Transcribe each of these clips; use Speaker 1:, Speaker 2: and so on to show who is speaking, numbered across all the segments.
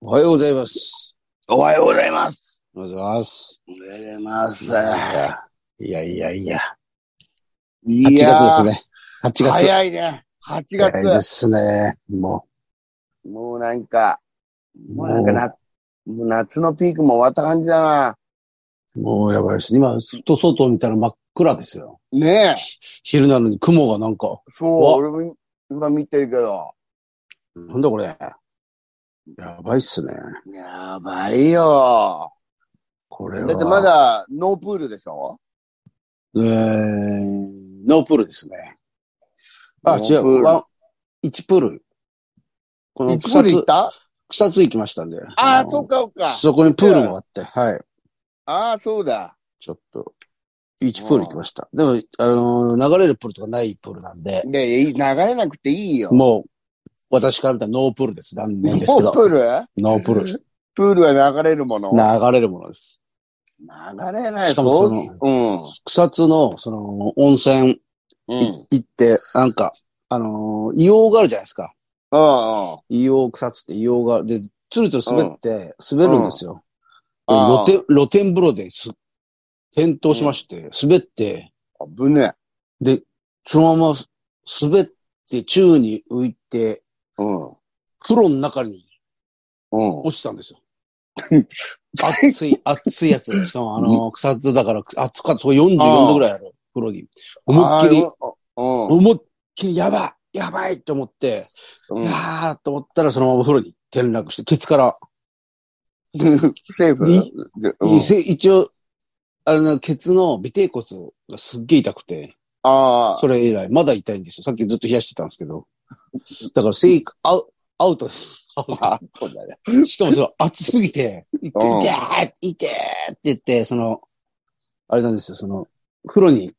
Speaker 1: おはようございます。
Speaker 2: おはようございます。
Speaker 1: おはようございます。
Speaker 2: おはようございます。
Speaker 1: いやいやいやいや。
Speaker 2: い
Speaker 1: 8
Speaker 2: や
Speaker 1: 月です
Speaker 2: ー
Speaker 1: ね。8月。
Speaker 2: 早いね。8
Speaker 1: 早いで
Speaker 2: 月。
Speaker 1: すね。も
Speaker 2: もうなんか、もうなんかな、もう夏のピークも終わった感じだな。
Speaker 1: う、もうやばいです。今、ずっと外を見たら真っ暗ですよ。
Speaker 2: ねえ。
Speaker 1: 昼なのに雲がなんか、
Speaker 2: そう
Speaker 1: わ、
Speaker 2: 俺も今見てるけど。
Speaker 1: なんだこれ。やばいっすね。
Speaker 2: やばいよ。
Speaker 1: これ
Speaker 2: だ
Speaker 1: は。
Speaker 2: ってま。だノープールでしょ
Speaker 1: えー、ノープールですね。
Speaker 2: ノ
Speaker 1: あ、
Speaker 2: ー
Speaker 1: 違
Speaker 2: プール
Speaker 1: う。ワン、1プール。この
Speaker 2: いつプー
Speaker 1: 草
Speaker 2: ル行
Speaker 1: 津
Speaker 2: っ、た
Speaker 1: 草津行きましたんで。
Speaker 2: ああ、
Speaker 1: の
Speaker 2: そうか、そうか。
Speaker 1: そこにプールもあって、はい。
Speaker 2: ああ、そうだ。
Speaker 1: ちょっと、1プール行きました。でも、あのー流れるプールとかないプールなんで、
Speaker 2: で、いい流れなくていいよ。
Speaker 1: もう、私から見たらノープールです。断念ですけ
Speaker 2: ノ
Speaker 1: ど
Speaker 2: ー。プール
Speaker 1: ノープール。
Speaker 2: プールは流れるもの
Speaker 1: 流れるものです。
Speaker 2: 流れない
Speaker 1: しかもその
Speaker 2: うん。
Speaker 1: 草津の、その、温泉
Speaker 2: うん。う
Speaker 1: い
Speaker 2: ん
Speaker 1: 行って、なんか、あのー硫黄があるじゃないですか。
Speaker 2: うん。
Speaker 1: 硫黄草津って硫黄がある。で、つるつる滑って、滑るんですよ。で
Speaker 2: ああ
Speaker 1: 露天、露天風呂です、転倒しまして、滑って、
Speaker 2: 危ねえ。
Speaker 1: で、そのまま滑って宙に浮いて、
Speaker 2: うん。
Speaker 1: 風呂の中に
Speaker 2: うん。
Speaker 1: 落ちたんです よ。熱い、熱いやつ。しかもあの、草津だから、熱かった。そこ44度ぐらいある。風呂に。思いっきり、
Speaker 2: あ。
Speaker 1: 思いっきりやばいやばいって思って、
Speaker 2: うん。うん
Speaker 1: あーと思ったらそのまま風呂に転落して、ケツから、
Speaker 2: セーフ
Speaker 1: い
Speaker 2: でうん
Speaker 1: せ一応、あれな、ケツの尾底骨がすっげえ痛くて、
Speaker 2: ああ。
Speaker 1: それ以来、まだ痛いんですよ。さっきずっと冷やしてたんですけど。だから、セイク、アウアウトです。アウト
Speaker 2: あそうだね。
Speaker 1: しかもそれ熱すぎて、いて
Speaker 2: うん
Speaker 1: ーいてーって言って、その、あれなんですよ、その、風呂に、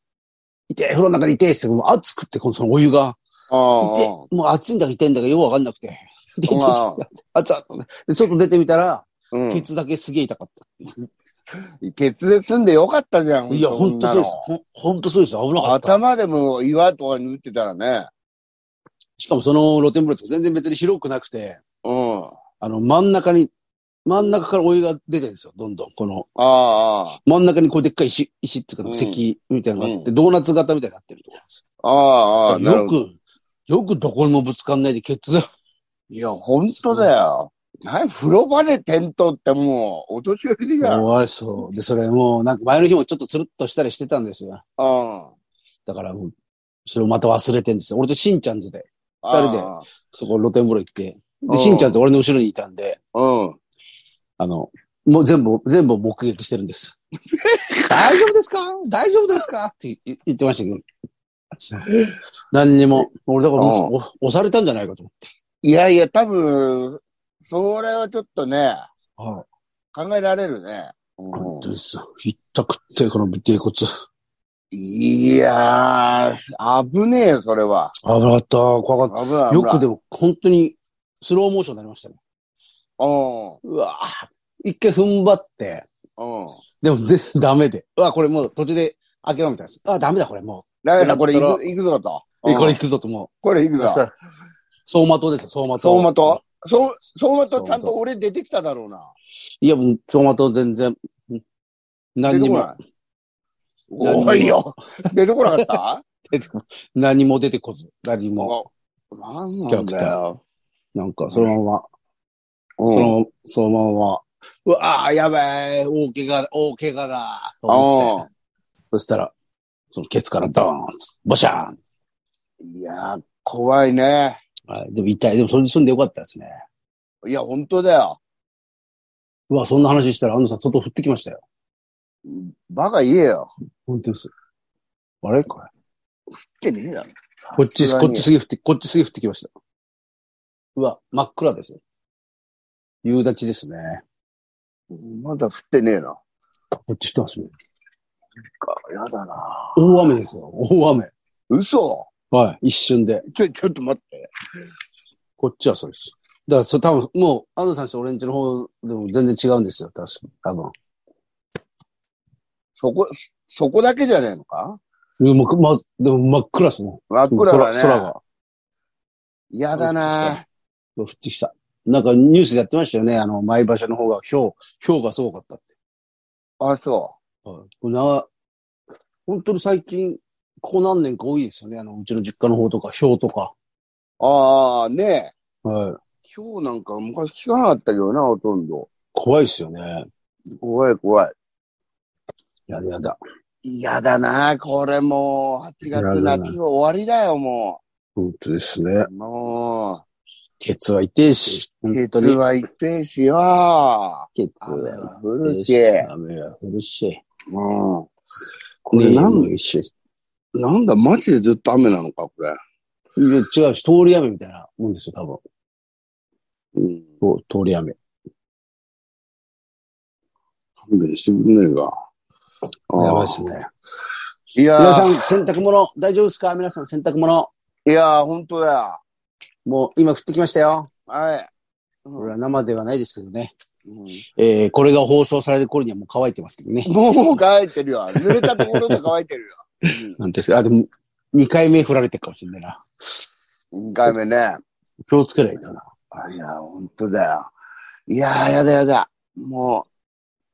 Speaker 1: いてー風呂の中にいてーって、もう熱くって、このそのお湯が、
Speaker 2: あ
Speaker 1: いて
Speaker 2: あ。
Speaker 1: もう熱いんだか痛いんだかよくわかんなくて。で、ちょっ
Speaker 2: ああ
Speaker 1: と、熱々で、ちょっと出てみたら、
Speaker 2: うん
Speaker 1: ケツだけすげえ痛かっ
Speaker 2: ケツで済んでよかったじゃ
Speaker 1: た。
Speaker 2: ん。
Speaker 1: いや、ほんとそうです。ほんほんとそうです。危な
Speaker 2: そんなの
Speaker 1: かった。
Speaker 2: 頭でも岩とかに打ってたらね。
Speaker 1: しかもその露天風呂とか全然別に広くなくて、
Speaker 2: うん。あ
Speaker 1: あの、真ん中に、真ん中からお湯が出てるんですよ、どんどん。この、
Speaker 2: あ、
Speaker 1: 真ん中にこうでっかい石、石っていうか、
Speaker 2: うん
Speaker 1: 石みたいなのがあって、ドーナツ型みたいになってるところなんです
Speaker 2: ああ。ああ、ああ。
Speaker 1: よ。
Speaker 2: なる
Speaker 1: よ
Speaker 2: ほど
Speaker 1: く、よくどこにもぶつかんないでケツ、
Speaker 2: いや、ほんとだよ。な風呂場で転倒ってもう、お年寄りじゃん。うん。
Speaker 1: 終わりそう。で、それもう、なんか前の日もちょっとつるっとしたりしてたんですよ。
Speaker 2: あ
Speaker 1: だから、うんそれをまた忘れてんですよ。俺としんちゃんズで、
Speaker 2: あ
Speaker 1: 二人でそこ露天風呂行って、
Speaker 2: う
Speaker 1: で、
Speaker 2: ん
Speaker 1: しんちゃんズ俺の後ろにいたんで、
Speaker 2: うん。
Speaker 1: あの、もう全部、全部目撃してる んです。大丈夫ですか大丈夫ですかって言言ってましたけど。何にも、俺だからもうお押されたんじゃないかと思って。
Speaker 2: いやいや、多分、それはちょっとね、
Speaker 1: はい。
Speaker 2: 考えられるね。
Speaker 1: 本当ですよ。ひったくって、この尾てい骨。危
Speaker 2: いやー、危ねえよ、それは。
Speaker 1: なかった。怖かっ
Speaker 2: 危ない。
Speaker 1: た。よくで
Speaker 2: も。
Speaker 1: も、本当に、スローモーションになりましたね。うわぁ一回踏ん張って、
Speaker 2: うん。うん。
Speaker 1: でも全然ダメで。うわこれもう途中で諦めたんです。あダメだ、これも
Speaker 2: だからこれ
Speaker 1: だった
Speaker 2: 行
Speaker 1: ら
Speaker 2: く、行くぞと。
Speaker 1: う。え、
Speaker 2: うん
Speaker 1: これ行、くぞとも
Speaker 2: これ行く
Speaker 1: う。
Speaker 2: ぞ。
Speaker 1: 走馬灯ですよ、走馬灯。
Speaker 2: 相馬とそう、相馬と
Speaker 1: 走馬灯
Speaker 2: ちゃんと俺出てきただろうな。
Speaker 1: いや、もう、走馬灯全然、ん何にも、何にも
Speaker 2: おいよ。出てこなかった
Speaker 1: 出てこ 何も出てこず、何も、
Speaker 2: もう。なんなんだよ。
Speaker 1: なんか、そのまま、
Speaker 2: うん
Speaker 1: その、そのまま、うわぁやべえ、大怪我だ、大怪我だ、と思って
Speaker 2: うん。
Speaker 1: そしたら、そのケツからドーンボシャーン
Speaker 2: いやー、怖いね。
Speaker 1: はい。でも痛い。でもそれで済んでよかったですね。
Speaker 2: いや、本当だよ。
Speaker 1: うわ、そんな話したら、安藤さん、外降ってきましたよ。
Speaker 2: バカ言えよ。
Speaker 1: 本当です。あれこれ。
Speaker 2: ってねえだろ。
Speaker 1: こっち、
Speaker 2: さすが
Speaker 1: こっ
Speaker 2: に
Speaker 1: ちすげえ降って、こっちすげえ降ってきました。うわ、真っ暗ですよ。夕立ちですね。
Speaker 2: まだ降ってねえな。
Speaker 1: こっち降ってますね。
Speaker 2: やだな
Speaker 1: 大雨ですよ。大雨。
Speaker 2: 嘘
Speaker 1: はい。一瞬で。
Speaker 2: ちょ、ちょっと待って。
Speaker 1: こっちはそうです。だから、それ多分、もう、安藤さんちと俺んちの方でも全然違うんですよ。確か多
Speaker 2: そこ、そこだけじゃねえのか
Speaker 1: 分。もう、ま、でも真っ暗ですね。
Speaker 2: 真っ暗だね。
Speaker 1: 空、空が。
Speaker 2: やだな
Speaker 1: 降ってきた。なんかニュースやってましたよね。あの、前場所の方が、氷、氷がすごかったって。
Speaker 2: あ、そ
Speaker 1: はい。な、本当に最近、ここ何年か多いですよね。あの、うちの実家の方とか、氷とか。
Speaker 2: う。ああ、ねえ。
Speaker 1: はい。
Speaker 2: 今日なんか昔聞かなかったけどな、ほとんど。
Speaker 1: 怖いですよね。
Speaker 2: 怖い怖い。
Speaker 1: やだやだ。
Speaker 2: 嫌だな、これもう。8
Speaker 1: やだ
Speaker 2: 月
Speaker 1: な
Speaker 2: 夏の終わりだよ、も
Speaker 1: 本当ですね。
Speaker 2: う。も
Speaker 1: ケツは痛いし、
Speaker 2: う、
Speaker 1: 本
Speaker 2: ケツ
Speaker 1: 当に。
Speaker 2: は一平しよ。
Speaker 1: ケツ
Speaker 2: 雨
Speaker 1: は
Speaker 2: は降
Speaker 1: 痛
Speaker 2: る
Speaker 1: い
Speaker 2: し。
Speaker 1: 雨は降るし。
Speaker 2: うん。これなん、
Speaker 1: 眠いし。
Speaker 2: なんだ、マジでずっと雨なのか、これ。
Speaker 1: いや違うし、通り雨みたいなもんですよ、多分。
Speaker 2: うん。
Speaker 1: お通り雨。
Speaker 2: 勘弁してくんねえか。ああ
Speaker 1: やばいですね。
Speaker 2: いや
Speaker 1: 皆さ
Speaker 2: ー、
Speaker 1: ん、洗濯物、大丈夫ですか皆さん、洗濯物。
Speaker 2: いやー、本当だ。
Speaker 1: もう、今降ってきましたよ。
Speaker 2: はい。うん
Speaker 1: これは生ではないですけどね。
Speaker 2: うん
Speaker 1: えー、これが放送される頃にはもう乾いてますけどね。
Speaker 2: もう乾いてるよ。濡れたところが乾いて るよ。
Speaker 1: なんですあ、でも、2回目降られてるかもしれないな。
Speaker 2: うん。2回目ね。
Speaker 1: 気をつけないとな。
Speaker 2: いや、本当だよ。いやー、やだやだ。も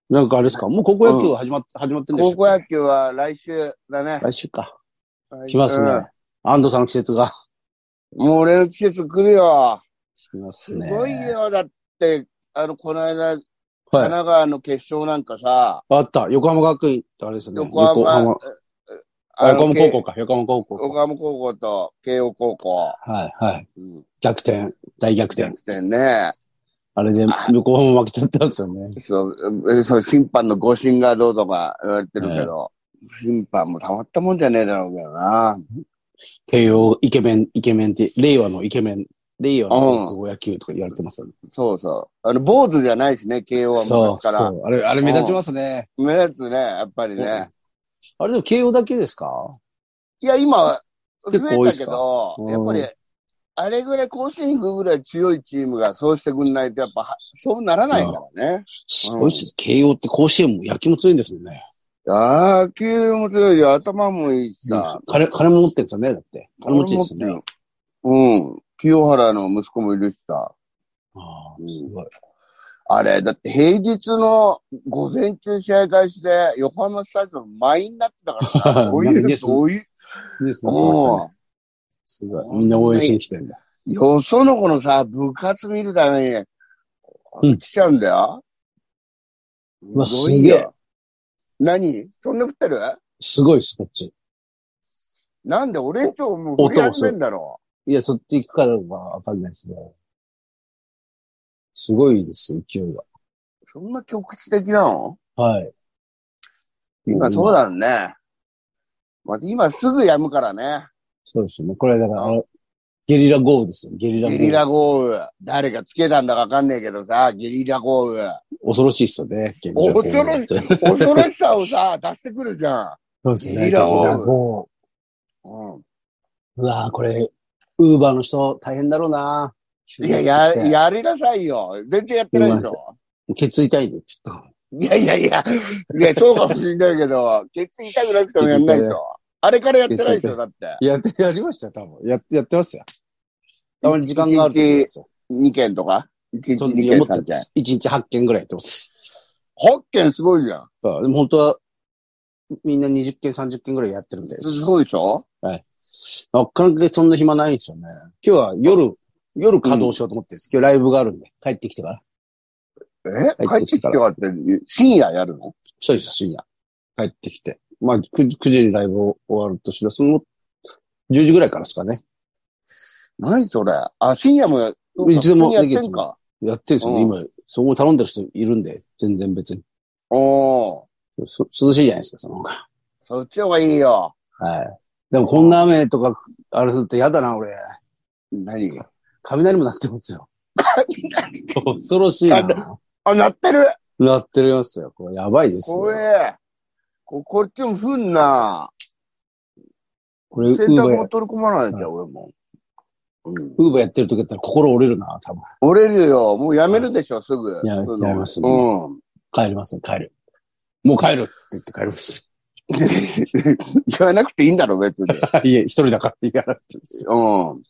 Speaker 1: なんかあれですかもう高校野球始まって、始まって
Speaker 2: う、
Speaker 1: んで
Speaker 2: 高
Speaker 1: した
Speaker 2: 校
Speaker 1: っ
Speaker 2: 野球は来週だね
Speaker 1: け。来週か。来ますね。安藤さんの季節が。
Speaker 2: うん。もう俺の季節来るよ。
Speaker 1: 来ます
Speaker 2: す
Speaker 1: ね。
Speaker 2: ごいよ。だって、あの、この間、神
Speaker 1: はい。
Speaker 2: 奈川の決勝なんかさ、
Speaker 1: あった。横浜学院ってあれですよね。
Speaker 2: 横浜、
Speaker 1: あ横浜高校
Speaker 2: 校。
Speaker 1: か。横浜高校
Speaker 2: 横
Speaker 1: か。
Speaker 2: 浜高校と慶応高校。
Speaker 1: はい、はい。
Speaker 2: うん。
Speaker 1: 逆転。大逆転
Speaker 2: 逆。転ね。
Speaker 1: あれで、横浜負けちゃったんですよね。
Speaker 2: そう、えそう、審判の誤審がどうとか言われてるけど、審判もたまったもんじゃねえだろうけどな。
Speaker 1: 慶応イケメン、イケメンって、令和のイケメン、令和の高校野球とか言われてますよね。
Speaker 2: そうそう。あの、坊主じゃないしね、慶応は
Speaker 1: そう、
Speaker 2: 昔か
Speaker 1: そ
Speaker 2: ら。
Speaker 1: う。あれ、あれ目立ちますね。
Speaker 2: 目立つね、やっぱりね。
Speaker 1: あれでも慶応だけですか
Speaker 2: いや、今、増
Speaker 1: 結構多い
Speaker 2: え
Speaker 1: ったす
Speaker 2: け
Speaker 1: か
Speaker 2: ど、
Speaker 1: うん
Speaker 2: やっぱり、あれぐらい甲子園行くぐらい強いチームがそうしてくんないと、やっぱは、そうならないからね。
Speaker 1: すごいっす。慶応って甲子園も野球も強いんですもんね。
Speaker 2: 野球も強いよ、頭もいいしさ。
Speaker 1: 金、金も持ってるんですよね、だって。金持ちですよね。
Speaker 2: うん。清原の息子もいるしさ。
Speaker 1: あ
Speaker 2: う
Speaker 1: あ、
Speaker 2: ん
Speaker 1: すごい。
Speaker 2: あれ、だって平日の午前中試合開始で横浜スタジアム満員になってたからな、こう
Speaker 1: なんか
Speaker 2: いう、
Speaker 1: ニュース
Speaker 2: そういう、
Speaker 1: ニュースになってましたね
Speaker 2: も
Speaker 1: すごい。みんな応援しに来てるんだ。
Speaker 2: う、よその子のさ、部活見るため
Speaker 1: う
Speaker 2: に、
Speaker 1: ん
Speaker 2: 来ちゃうんだよ。
Speaker 1: う
Speaker 2: ご
Speaker 1: わ
Speaker 2: い
Speaker 1: すげえ
Speaker 2: よ。何そんな降ってる
Speaker 1: すごいっす、こっち。
Speaker 2: なんで俺んちょもう降り始めんだろ
Speaker 1: いや、そっち行くかどうかわかんないですね。すごいです、勢いが。
Speaker 2: う。そんな局地的なの
Speaker 1: はい。
Speaker 2: 今そう
Speaker 1: だ。
Speaker 2: だね。まあ、今すぐ止むからね。
Speaker 1: そうですよね。これだから、あのゲリラ豪雨ですよ。ゲリラ豪
Speaker 2: ゲ
Speaker 1: 雨。
Speaker 2: リラ豪雨。誰がつけたんだかわかんねえけどさ、ゲリラ豪 雨。
Speaker 1: 恐ろしいっすよね。ゲリラ豪雨
Speaker 2: 恐ろし恐ろしさをさ、出してくるじゃん。
Speaker 1: そうですね。
Speaker 2: ゲリラ豪雨
Speaker 1: 豪
Speaker 2: う
Speaker 1: 雨。うわぁ、これ、ウーバーの人大変だろうなぁ
Speaker 2: ん。いや、や、、やりなさいよ。全然やってないでしょ。
Speaker 1: ケツ痛いで、ちょっ
Speaker 2: いやいやいや、いや、そうかもしんないけど、ケツ痛くなくてもやんないでしょ。あれからやってないでしょ、だって。
Speaker 1: と。やって、やりましたよ、多分。や、やってますよ。たまに時間があると思いますよ。
Speaker 2: 2件とか ?1 日
Speaker 1: そん
Speaker 2: 2
Speaker 1: な
Speaker 2: 件、
Speaker 1: もっと
Speaker 2: 3件。
Speaker 1: 一日8件ぐらいやってます。
Speaker 2: 8件すごいじゃん。
Speaker 1: あでも本当は、みんな20件、30件ぐらいやってるんです
Speaker 2: す。ごいでしょ
Speaker 1: なかなかそんな暇ないんですよね。今日は夜、夜稼働しようと思ってるんです。今日ライブがあるんで、帰ってきてから。
Speaker 2: え
Speaker 1: 帰
Speaker 2: 帰
Speaker 1: っ
Speaker 2: ってて
Speaker 1: き
Speaker 2: き
Speaker 1: た
Speaker 2: て
Speaker 1: ら
Speaker 2: からって、深夜やるの
Speaker 1: そうです、深夜。帰ってきて。まあ、9時、9時にライブを終わるとしたら、その、10時ぐらいからですかね。
Speaker 2: 何それあ、深夜もや、そうか
Speaker 1: いつでも
Speaker 2: 普通にやってん
Speaker 1: で
Speaker 2: か。
Speaker 1: やってるんですよね、
Speaker 2: うん
Speaker 1: 今。そこ頼んでる人いるんで、全然別に。
Speaker 2: おー。
Speaker 1: そ涼しいじゃないですか、その方が。
Speaker 2: そっちの方がいいよ。
Speaker 1: はい。でもこんな雨とか、あれすると嫌だな、俺。
Speaker 2: 何
Speaker 1: 雷も鳴ってますよ。恐ろしい
Speaker 2: あ
Speaker 1: な。
Speaker 2: あ、鳴ってる
Speaker 1: 鳴ってるやつよ。これやばいですよ。
Speaker 2: 怖え。こ、こっちも降んな。
Speaker 1: これ、ウ
Speaker 2: 洗
Speaker 1: ー
Speaker 2: 濯
Speaker 1: バー
Speaker 2: も
Speaker 1: や、
Speaker 2: 取り込まないじゃん、俺も。うん。
Speaker 1: ウーバーやってる時だったら心折れるな、多分。
Speaker 2: 折れるよ。もうやめるでしょ、すぐ。そう
Speaker 1: や
Speaker 2: う
Speaker 1: や
Speaker 2: の
Speaker 1: めますね
Speaker 2: うん。
Speaker 1: 帰ります、帰る。もう帰るって言って帰ります。
Speaker 2: 言わなくていいんだろ、別に。
Speaker 1: いえ、一人だから言いやられてるんですよ
Speaker 2: うん。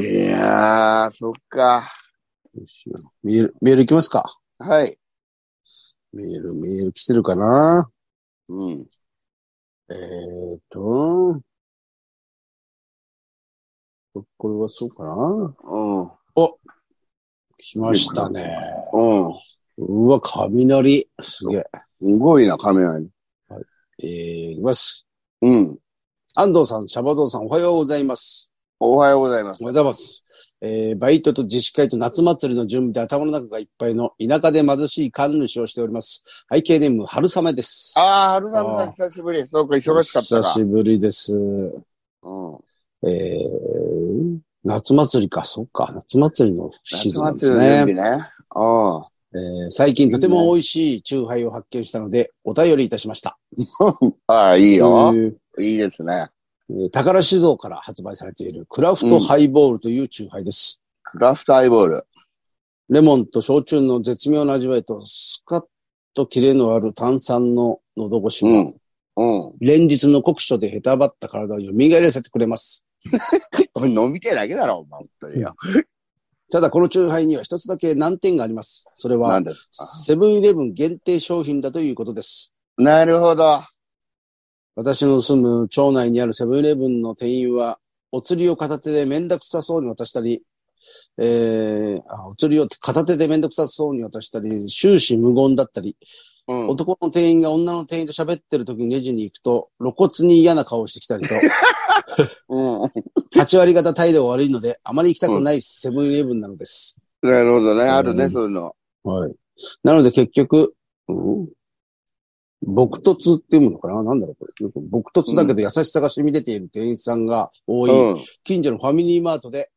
Speaker 2: いやー、そっか。
Speaker 1: どうしようメール、メール行きますか。
Speaker 2: はい。
Speaker 1: メール、メール来てるかな
Speaker 2: うん。
Speaker 1: えーと、ここれはそうかな
Speaker 2: うん。
Speaker 1: 来ましたね。
Speaker 2: うん。
Speaker 1: うわ、雷。すげえ。
Speaker 2: すごいな、カメラに。
Speaker 1: えー、いきます。
Speaker 2: うん。
Speaker 1: 安藤さん、シャバゾウさん、おはようございます。
Speaker 2: おはようございます
Speaker 1: お。はようございます。えーバイトと自主会と夏祭りの準備で頭の中がいっぱいの田舎で貧しい神主をしております。背景ネーム、春雨です。
Speaker 2: ああ、春雨さ
Speaker 1: あー
Speaker 2: ん久しぶり。そうか、忙しかった
Speaker 1: 久
Speaker 2: か。
Speaker 1: しぶりです。
Speaker 2: うん。
Speaker 1: えー、夏祭りか、そっか。夏祭りのシーズンなん
Speaker 2: 夏
Speaker 1: です
Speaker 2: 祭り
Speaker 1: ね
Speaker 2: の準。備ね。うん。
Speaker 1: えー最近とても美味しいチューハイを発見したので、お便りいたしました。
Speaker 2: ああ、いい
Speaker 1: え
Speaker 2: よ。
Speaker 1: ー
Speaker 2: いいですね。
Speaker 1: えー宝酒造から発売されているクラフトハイボールというチューハイです。
Speaker 2: クラフトアイボール。
Speaker 1: レモンと焼酎の絶妙な味わいと、スカッとキレのある炭酸の喉越し
Speaker 2: う
Speaker 1: は、
Speaker 2: ん。うん。
Speaker 1: 連日の酷暑でへたばった体を蘇らせてくれます。
Speaker 2: お前飲みてえだけだろ、お前。本当によ。
Speaker 1: ただこのチューハイには一つだけ難点があります。それ
Speaker 2: な
Speaker 1: は
Speaker 2: ん、だ
Speaker 1: セブンイレブン限定商品だということです。
Speaker 2: なるほど。
Speaker 1: 私の住む町内にあるセブンイレブンの店員は、お釣りを片手でめんどくさそうに渡したり、えー、あお釣りを片手でめんどくさそうに渡したり、終始無言だったり、
Speaker 2: うん。
Speaker 1: 男の店員が女の店員と喋ってる時にレジに行くと、露骨に嫌な顔をしてきたりと、
Speaker 2: うん。
Speaker 1: 8割方態度が悪いので、あまり行きたくないセブンイレブンなのです。
Speaker 2: なるほどね。ある
Speaker 1: う
Speaker 2: ね、
Speaker 1: ん
Speaker 2: そういうの。
Speaker 1: はい。なので結局、うん、僕突っていうのかななんだろうこれ。僕突だけど優しさが染み出ている店員さんが多い、
Speaker 2: うん。
Speaker 1: 近所のファミリーマートで、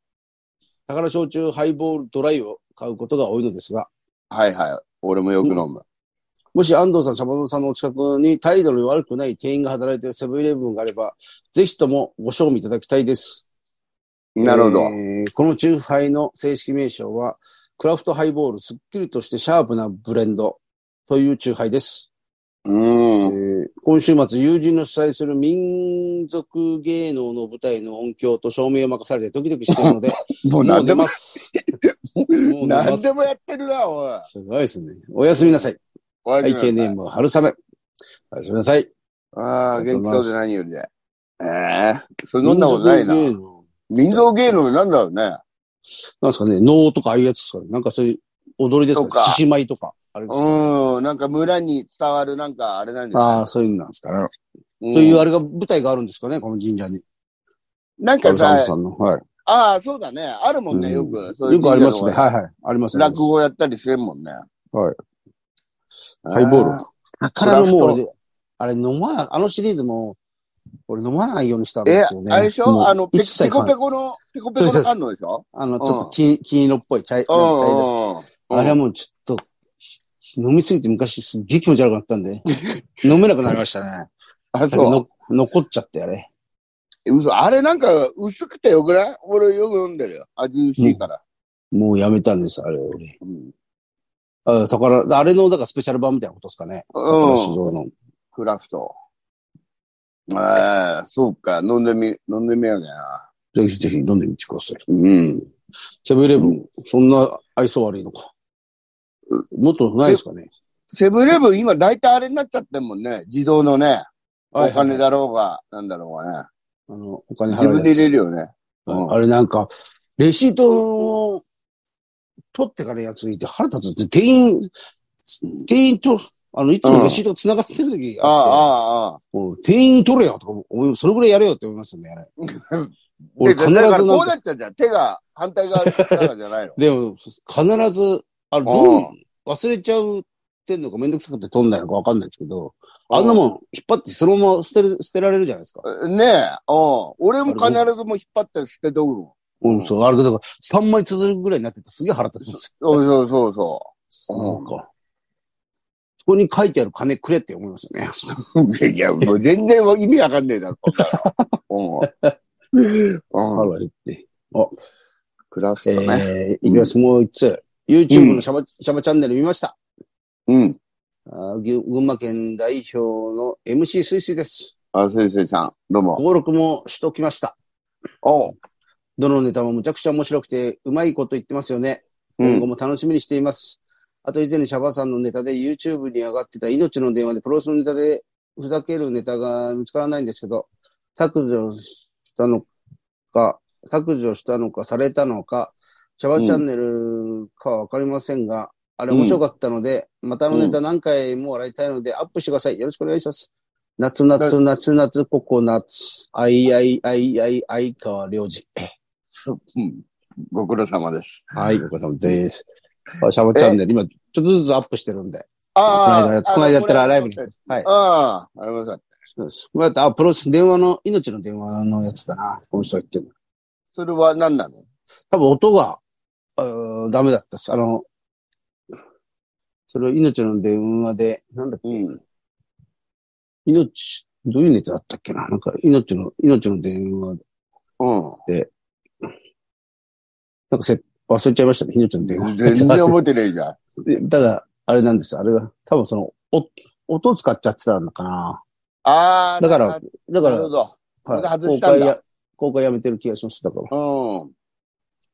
Speaker 1: 宝焼酎ハイボールドライを買うことが多いのですが、
Speaker 2: はいはい。俺もよく飲む。
Speaker 1: もし安藤さん、シャバゾウさんのお近くに態度の悪くない店員が働いているセブンイレブンがあれば、ぜひともご賞味いただきたいです。
Speaker 2: なるほど
Speaker 1: え。ーこのチューハイの正式名称は、クラフトハイボールすっきりとしてシャープなブレンドというチューハイです。
Speaker 2: う
Speaker 1: え
Speaker 2: ん。
Speaker 1: ー今週末、友人の主催する民族芸能の舞台の音響と照明を任されてドキドキしているので、
Speaker 2: もう
Speaker 1: もう
Speaker 2: 何で
Speaker 1: 出
Speaker 2: も
Speaker 1: ま、す。もう出ま
Speaker 2: 何
Speaker 1: す
Speaker 2: でもやってるな、おい。
Speaker 1: すごいですね。おやすみなさい。
Speaker 2: おや
Speaker 1: 背
Speaker 2: すみなさ
Speaker 1: 景
Speaker 2: い
Speaker 1: ネームは春雨。おやすみなさい。
Speaker 2: ああ、元気そうで何よりで。ええそれ飲
Speaker 1: 飲
Speaker 2: ん
Speaker 1: ん
Speaker 2: だ
Speaker 1: だ
Speaker 2: こ
Speaker 1: ことと
Speaker 2: な
Speaker 1: ないい
Speaker 2: な
Speaker 1: な。。
Speaker 2: 民族芸能なんだろうね。
Speaker 1: なんですかね、能とかああいうやつですかね。なんかそういう踊りです
Speaker 2: と
Speaker 1: か
Speaker 2: か
Speaker 1: ね。獅子舞とか。あれですか、
Speaker 2: うん。なんか村に伝わる、なんかあれなんじゃない
Speaker 1: ああ、そういうのなんですかね。
Speaker 2: うん
Speaker 1: というあれが、舞台があるんですかね、この神社に。
Speaker 2: なん
Speaker 1: カ
Speaker 2: か
Speaker 1: ルサ
Speaker 2: さ
Speaker 1: ン、さんの。はい。
Speaker 2: ああ、そうだね。あるもんね、
Speaker 1: うん
Speaker 2: よく。そういう
Speaker 1: よくありますね。
Speaker 2: 神社
Speaker 1: はいはい。ありま
Speaker 2: と
Speaker 1: す
Speaker 2: か
Speaker 1: ね。
Speaker 2: 落語やったりしてんもんね。
Speaker 1: はい。ハイボール
Speaker 2: あ
Speaker 1: 宝のもう
Speaker 2: クラフト
Speaker 1: 俺で、あれ飲まな、あのシリーズも、俺飲まないようにしたん
Speaker 2: ー。
Speaker 1: で
Speaker 2: え
Speaker 1: すよ、ね。
Speaker 2: あれでし
Speaker 1: もう
Speaker 2: ょあの、ペ
Speaker 1: 一
Speaker 2: ペ
Speaker 1: 切買
Speaker 2: コ
Speaker 1: わな
Speaker 2: ペ
Speaker 1: い
Speaker 2: コの、ペコペコ
Speaker 1: そうそ
Speaker 2: の
Speaker 1: うそう
Speaker 2: 缶のでしょ
Speaker 1: あの、ちょっと金金色っぽい、茶い茶
Speaker 2: う
Speaker 1: 色い。
Speaker 2: んうん。
Speaker 1: あれはもうちょっと、飲みすぎて昔すっげえ気持ち悪くなった んで、飲めなくなりましたね。
Speaker 2: あ、
Speaker 1: だけど
Speaker 2: そう。
Speaker 1: の残っちゃって、あれ。
Speaker 2: 嘘。あれなんか薄くてよくない俺よく飲んでるよ。味薄いから。
Speaker 1: もうやめたんです、あれ、俺。
Speaker 2: うん。
Speaker 1: あ、宝、あれの、だからスペシャル版みたいなことですかね。
Speaker 2: うん
Speaker 1: 宝酒造の。
Speaker 2: クラフト。ああ、そうか。飲んでみ、飲んでみようね。
Speaker 1: ぜひぜひ飲んでみてください。
Speaker 2: うん。
Speaker 1: セブンイレブ
Speaker 2: う
Speaker 1: ン、そんな愛想悪いのか。もっとないですかね。
Speaker 2: セブンイレブン今大体あれになっちゃってんもんね。自動のね。お金だろうが、なんだろうがね。
Speaker 1: あの、お金
Speaker 2: 自
Speaker 1: 払う
Speaker 2: 分
Speaker 1: やつ
Speaker 2: で入れるよね。
Speaker 1: うんあれなんか、レシートを取ってからやついて腹立つって、店員、店員と、あの、いつもレシートが繋がってる時
Speaker 2: ああ、
Speaker 1: あって、
Speaker 2: ああ、ああ。
Speaker 1: うん店員取れよとか思う、それぐらいやれよって思いますよね、 あれ。俺
Speaker 2: で
Speaker 1: 必ず
Speaker 2: だから
Speaker 1: な
Speaker 2: こ
Speaker 1: ん
Speaker 2: うな
Speaker 1: か、。
Speaker 2: っちゃうじゃん。手が反対側からじゃないの
Speaker 1: でも、必ず、 あれ、どう、忘れちゃうってんのかめんどくさくて取んないのかわかんないですけど、あんなもん引っ張ってそのまま捨てる、捨てられるじゃないですか。
Speaker 2: ん。ねえ、うん。俺も必ずもう引っ張って捨てとくの。
Speaker 1: うん、そう、あれだから、3枚続くぐらいになっててすげえ腹立つんです
Speaker 2: そうそうそうそ
Speaker 1: よ。
Speaker 2: うん
Speaker 1: なんか。そこに書いてある金くれって思いますよね。
Speaker 2: う。 いや、もう全然意味わかんねえだろ、そ ん なのうん。うん。
Speaker 1: 腹減って。
Speaker 2: クラフ
Speaker 1: え
Speaker 2: トね。
Speaker 1: ー、いきます、もう一つ。YouTube のシャバ、シャバチャンネル見ました。
Speaker 2: うん。
Speaker 1: あー群群馬県代表の MC スイスイです。
Speaker 2: あ、先生さん、どうも。
Speaker 1: 登録もしときました。
Speaker 2: おう
Speaker 1: どのネタもむちゃくちゃ面白くて、うまいこと言ってますよね。
Speaker 2: う
Speaker 1: 今後
Speaker 2: ん。
Speaker 1: も楽しみにしています。あと以前にシャバさんのネタで YouTube に上がってた命の電話でプロレスのネタでふざけるネタが見つからないんですけど、削除したのか、削除したのかされたのか、シャバチャンネルかはわかりませんが、あれ面白かったので、またあのネタ何回も笑いたいのでアップしてください。よろしくお願いします。夏夏夏夏ココナッツ、あいあいあいあいあいかわりょうじ。
Speaker 2: うん。ご苦労様です。
Speaker 1: はい、お疲れ様です。あシャバチャンネル、今、ちょっとずつアップしてるんで。この間、この間やったらライブに。はい。
Speaker 2: ああ、ありました。
Speaker 1: そうです。こうやって、あ、プロレス電話の、命の電話のやつだな。この人が言ってるの。
Speaker 2: それは何なの
Speaker 1: 多分音が、あーダメだったっす。あの、それを命の電話で、なんだっけ、
Speaker 2: うん。
Speaker 1: 命、どういうネタだったっけななんか、命の、命の電話、
Speaker 2: うん。
Speaker 1: なんかせ、忘れちゃいましたね。命の電話。
Speaker 2: 全然覚えてないじ ゃん。
Speaker 1: ただ、あれなんです。あれが、多分その、お音を使っちゃってたのかな。
Speaker 2: ああ、
Speaker 1: だから
Speaker 2: なる
Speaker 1: だから、
Speaker 2: ほど。
Speaker 1: はい
Speaker 2: それで外
Speaker 1: 公
Speaker 2: したんだ
Speaker 1: 開や、公開やめてる気がします。だから。
Speaker 2: うん。
Speaker 1: も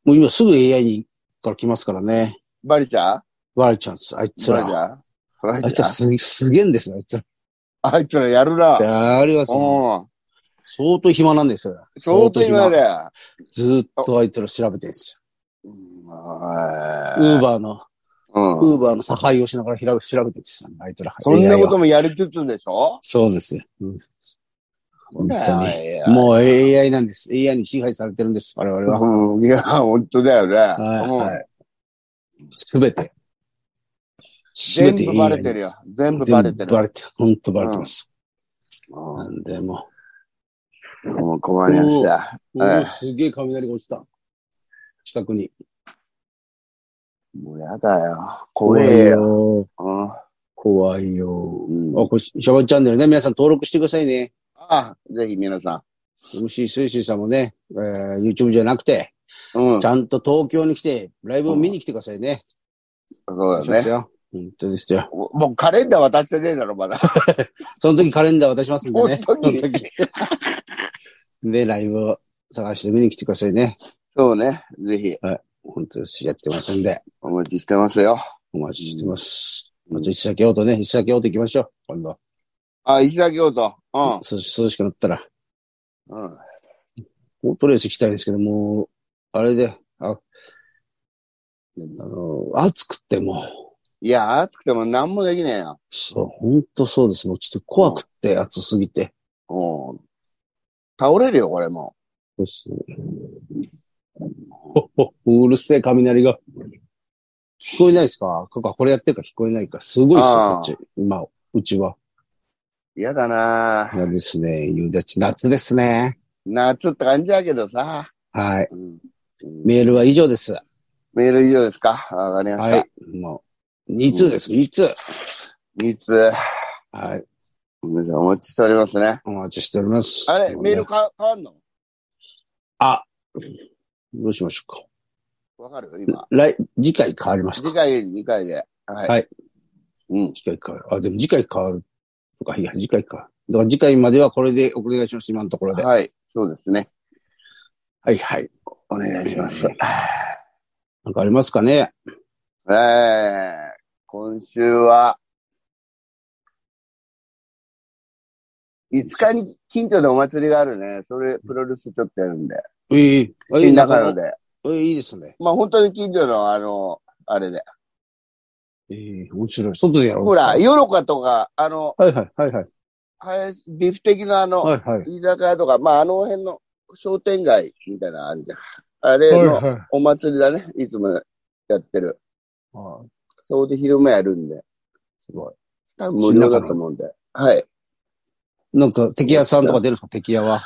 Speaker 1: う今すぐ AI にから来ますからね。
Speaker 2: バリちゃん
Speaker 1: バレちゃうんです。あいつ
Speaker 2: バリち
Speaker 1: ら。
Speaker 2: ゃんバ
Speaker 1: あ
Speaker 2: リ
Speaker 1: いつ
Speaker 2: ちゃ
Speaker 1: ら
Speaker 2: ん
Speaker 1: す、すげえんですよ、あいつら。
Speaker 2: あいつらやるな。うん。
Speaker 1: やりますよ。相当暇なんですよ。
Speaker 2: 相当今だよ。
Speaker 1: ずーっとあいつら調べてるんです
Speaker 2: うん
Speaker 1: よ。ウー
Speaker 2: は
Speaker 1: バー
Speaker 2: い
Speaker 1: の、
Speaker 2: うん。
Speaker 1: ウーバーの差配をしながらひら調べてるんですよ、あいつら。
Speaker 2: そんなこ
Speaker 1: AI は
Speaker 2: ともやりつつでしょ
Speaker 1: そうですよ。うん本当に。
Speaker 2: ね
Speaker 1: もう AI なんです。AI に支配されてるんです、我々は。
Speaker 2: うんいや、本当だよね。
Speaker 1: はい。
Speaker 2: うん
Speaker 1: はい。すべて。す
Speaker 2: 全
Speaker 1: べて
Speaker 2: 部バレて
Speaker 1: る。
Speaker 2: るよ。全部バレて
Speaker 1: 全部バ
Speaker 2: る。
Speaker 1: レてる。本当バレてます。
Speaker 2: う
Speaker 1: なんでもう。
Speaker 2: んもう困りました。
Speaker 1: お
Speaker 2: は
Speaker 1: お、
Speaker 2: い
Speaker 1: すげえ雷が落ちた。近くに。
Speaker 2: もうやだよ。怖えよ。
Speaker 1: よ。
Speaker 2: うんあ
Speaker 1: 怖いよ。あ、これ、シャバチャンネルね。皆さん登録してくださいね。
Speaker 2: あ、ぜひ皆さ
Speaker 1: MC スイシーさんもね、えー、YouTube じゃなくて、
Speaker 2: ん。うん。
Speaker 1: ち
Speaker 2: そ
Speaker 1: ゃんと東京に来て、ライブを見に来てくださいね。
Speaker 2: う
Speaker 1: そうで
Speaker 2: だ
Speaker 1: す
Speaker 2: ね。
Speaker 1: よ。本当ですよ。
Speaker 2: もうもうカレンダー渡してねえだろ、まだ。
Speaker 1: その時カレンダー渡しますんでね。
Speaker 2: 本当に
Speaker 1: その時 で、ライブを探して見に来てくださいね。
Speaker 2: そうね。ぜひ、
Speaker 1: 本当です。やってますんで、
Speaker 2: お待ちしてますよ。
Speaker 1: お待ちしてます。あと、石崎京都ね、石崎京都行きましょう。今度。
Speaker 2: あ、石崎京都。う
Speaker 1: 涼し涼しくなったら。
Speaker 2: ん。うん。
Speaker 1: オートレース行きたいですけど、もう、あれで、あ、
Speaker 2: 何
Speaker 1: あの、暑くてもう、
Speaker 2: いや、暑くても何もできねえよ。
Speaker 1: そう、ほんとそうです。もうちょっと怖くて、暑すぎて。
Speaker 2: うん。倒れるよ、これも
Speaker 1: そうっすねほっほうるせえ、雷が。聞こえないですかこここれやってるから聞こえないから。すごいっすよ、
Speaker 2: ああ
Speaker 1: こっち。今、うちは。
Speaker 2: う。嫌だなあ
Speaker 1: いやですね、夕立、夏ですね。
Speaker 2: 夏って感じだけどさ。
Speaker 1: はい。
Speaker 2: うん
Speaker 1: メールは以上です。
Speaker 2: メール以上ですかわかりました。
Speaker 1: はい。もう、2通です、2通。
Speaker 2: いつ、
Speaker 1: はい。
Speaker 2: 皆さんお待ちしておりますね。
Speaker 1: お待ちしております。
Speaker 2: あれ、
Speaker 1: もうね
Speaker 2: メールか変わんの
Speaker 1: あ、どうしましょうか。
Speaker 2: わかる今。
Speaker 1: 来、次回変わりますか
Speaker 2: 次回、次回で。はい。
Speaker 1: はい
Speaker 2: うん。
Speaker 1: 次回変わる。あ、でも次回変わるとか、いや、次回か。だから次回まではこれでお願いします、今のところで。は
Speaker 2: はい。そうですね。
Speaker 1: いはい。
Speaker 2: お願いします。
Speaker 1: なんかありますかね
Speaker 2: えー、今週は、5日に近所でお祭りがあるね。それ、プロレスちょっとやるんで。
Speaker 1: ええ
Speaker 2: 新中野で。
Speaker 1: ええいいですね。
Speaker 2: まあ本当に近所のあの、あれで。
Speaker 1: ええ面白い。外でやろう。
Speaker 2: ほら、。ヨロカとか、あの、
Speaker 1: はいはいはいはい。
Speaker 2: 林ビフ的なあの、
Speaker 1: はいはい。
Speaker 2: 居酒屋とか、まああの辺の商店街みたいなのあるじゃん。あれ
Speaker 1: はい
Speaker 2: の
Speaker 1: はい。
Speaker 2: お祭りだね。いつもやってる。
Speaker 1: ああ
Speaker 2: そこで昼間やるんで。
Speaker 1: すごい。
Speaker 2: 多分無料だと思うんで。はい。
Speaker 1: なんか、敵屋さんとか出るんですか敵屋は。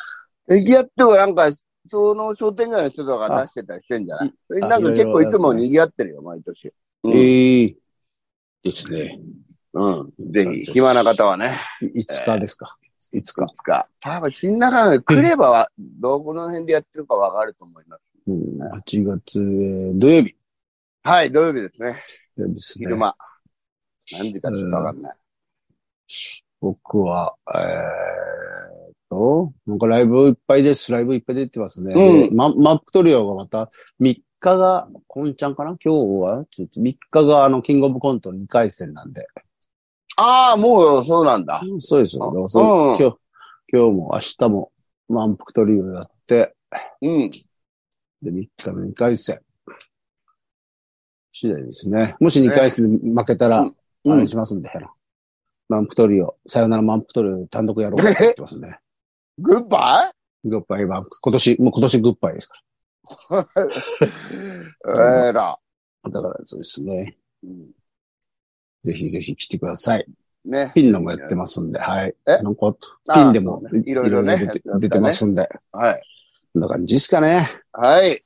Speaker 2: 駅やってはなんか、その商店街の人とかが出してたりしてんじゃないそれになんか
Speaker 1: あいろい
Speaker 2: 結
Speaker 1: ろ
Speaker 2: 構いつも
Speaker 1: やつね
Speaker 2: 賑わってるよ、毎年。うん
Speaker 1: ええですね。
Speaker 2: うん。ぜひ、暇な方はね。
Speaker 1: いいつかですか、いつか
Speaker 2: い。つか。多分、新中野に来ればは、どこの辺でやってるかわかると思います。
Speaker 1: うん、8月、えー土曜日。
Speaker 2: はい、土曜日ですね。
Speaker 1: 土曜日ですね
Speaker 2: 昼間。何時かちょっとわかんない。
Speaker 1: 僕は、えーっと、なんかライブいっぱいです。ライブいっぱい出てますね。
Speaker 2: うん
Speaker 1: でママップトリオがまた3日が、こんちゃんかな今日は、ちょっと3日があの、キングオブコント2回戦なんで。
Speaker 2: ああ、もう、そうなんだ。
Speaker 1: そうですよ。
Speaker 2: あ
Speaker 1: でもそう
Speaker 2: うん
Speaker 1: 今日、今日も明日も満腹トリオやって、
Speaker 2: うん。
Speaker 1: で、3日目2回戦。次第ですね。もし2回戦で負けたら、
Speaker 2: う
Speaker 1: あ
Speaker 2: う
Speaker 1: れ
Speaker 2: ん。
Speaker 1: しますんで、満腹トリオ、さよなら満腹トリオ単独やろうって言ってますね。
Speaker 2: グッバイ
Speaker 1: グッバイ満腹。今年、もう今年グッバイですか
Speaker 2: えら。
Speaker 1: ら。だからそうですね。
Speaker 2: うん
Speaker 1: ぜひぜひ来てください。
Speaker 2: ね。
Speaker 1: ピンのもやってますんで、はい。
Speaker 2: え
Speaker 1: なんか、
Speaker 2: あ
Speaker 1: ピンでも
Speaker 2: そうねいろいろね
Speaker 1: 出て
Speaker 2: やってますね
Speaker 1: 出てますんで。
Speaker 2: はい。
Speaker 1: こんな感じですかね。
Speaker 2: はい。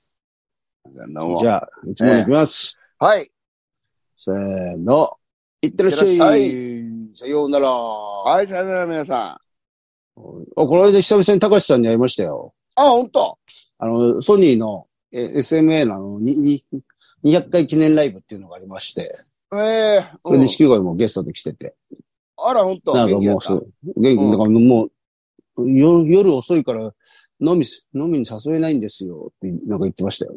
Speaker 2: じゃあどうも
Speaker 1: じゃあ、いつもに行きます。
Speaker 2: はい。
Speaker 1: せーの。いってらっしゃ
Speaker 2: い
Speaker 1: い。
Speaker 2: ってらっしゃ
Speaker 1: さようなら。
Speaker 2: はい、さよなら皆さん。あ、
Speaker 1: あ、この間久々に高橋さんに会いましたよ。
Speaker 2: ほんと。
Speaker 1: あの、ソニーのえ SMA のあの、に、に、200回記念ライブっていうのがありまして、
Speaker 2: ええ
Speaker 1: それ錦鯉もゲストで来てて、
Speaker 2: あら、ほんと。
Speaker 1: なんか
Speaker 2: 元気や
Speaker 1: も
Speaker 2: っ
Speaker 1: う
Speaker 2: た
Speaker 1: そう、元気、
Speaker 2: うん
Speaker 1: だからもう、よ夜遅いから、飲みす、飲みに誘えないんですよって、なんか言ってましたよ。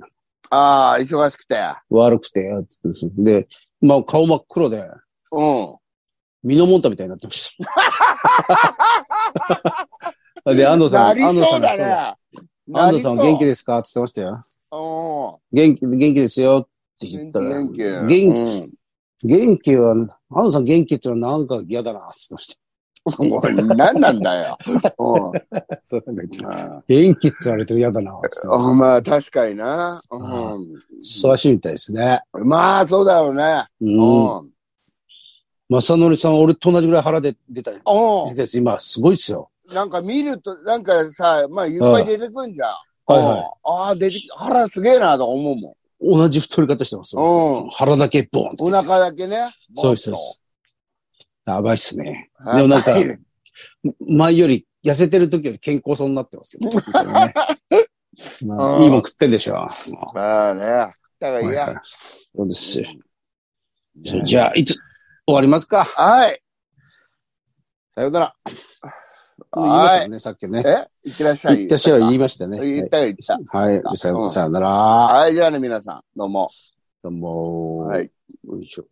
Speaker 2: ああ、忙しくて。
Speaker 1: 悪くて、つってです。で、まあ顔真っ黒で、
Speaker 2: うん。
Speaker 1: ミノモンタみたいになって ました。で、安藤さん、
Speaker 2: なり
Speaker 1: 安藤
Speaker 2: そ
Speaker 1: さ
Speaker 2: うんだ
Speaker 1: が
Speaker 2: ね。
Speaker 1: 安藤さんは元気
Speaker 2: で。
Speaker 1: ですかって言ってましたよ。
Speaker 2: うん。
Speaker 1: 元気、元気ですよって言っ
Speaker 2: 元
Speaker 1: た
Speaker 2: 気、
Speaker 1: ら。
Speaker 2: 元気。
Speaker 1: 元気、元気は、安藤さん元気ってのはなんか嫌だなって言ってました。
Speaker 2: 気。もう何なんだよ。うん。
Speaker 1: そうなんか言ってた元気って言われてる嫌だなって言ってまし
Speaker 2: うんまあ、確かにな。
Speaker 1: あ
Speaker 2: う
Speaker 1: た。忙しいみたいですね。
Speaker 2: ん。まあ、そうだろうね。う
Speaker 1: う。
Speaker 2: んん。うん。
Speaker 1: 正則さん、俺と同じぐらい腹で出たり。です今、すごいですよ。
Speaker 2: なんか見ると、なんかさ、まあ、いっぱい出てくんじゃん。
Speaker 1: はいはい。
Speaker 2: うんああ、出てき、腹すげえなとか思うもん。
Speaker 1: 同じ太り方してます。
Speaker 2: うん。
Speaker 1: 腹だけボーンと
Speaker 2: お腹だけね。
Speaker 1: そうです、そうです。やばいっすね。
Speaker 2: ボンと。
Speaker 1: でもなんか
Speaker 2: はい
Speaker 1: 前より、痩せてる時より健康そうになってますけど。本当に ねま
Speaker 2: う
Speaker 1: あ、
Speaker 2: ん
Speaker 1: いいもん食ってんでしょ。
Speaker 2: まあね。だからいいや。
Speaker 1: そうですよ。じゃあ、いつ、終わりますか。
Speaker 2: はい。
Speaker 1: さようなら。言いました
Speaker 2: は
Speaker 1: よね、さっきね。
Speaker 2: えいってらっしゃい。
Speaker 1: 言ったしは言いましたね。
Speaker 2: 言ったよ、言った。
Speaker 1: はい。はいさようさようなら。
Speaker 2: はい、じゃあね、皆さん。どうも。
Speaker 1: どうも。
Speaker 2: はい。
Speaker 1: よいしょ。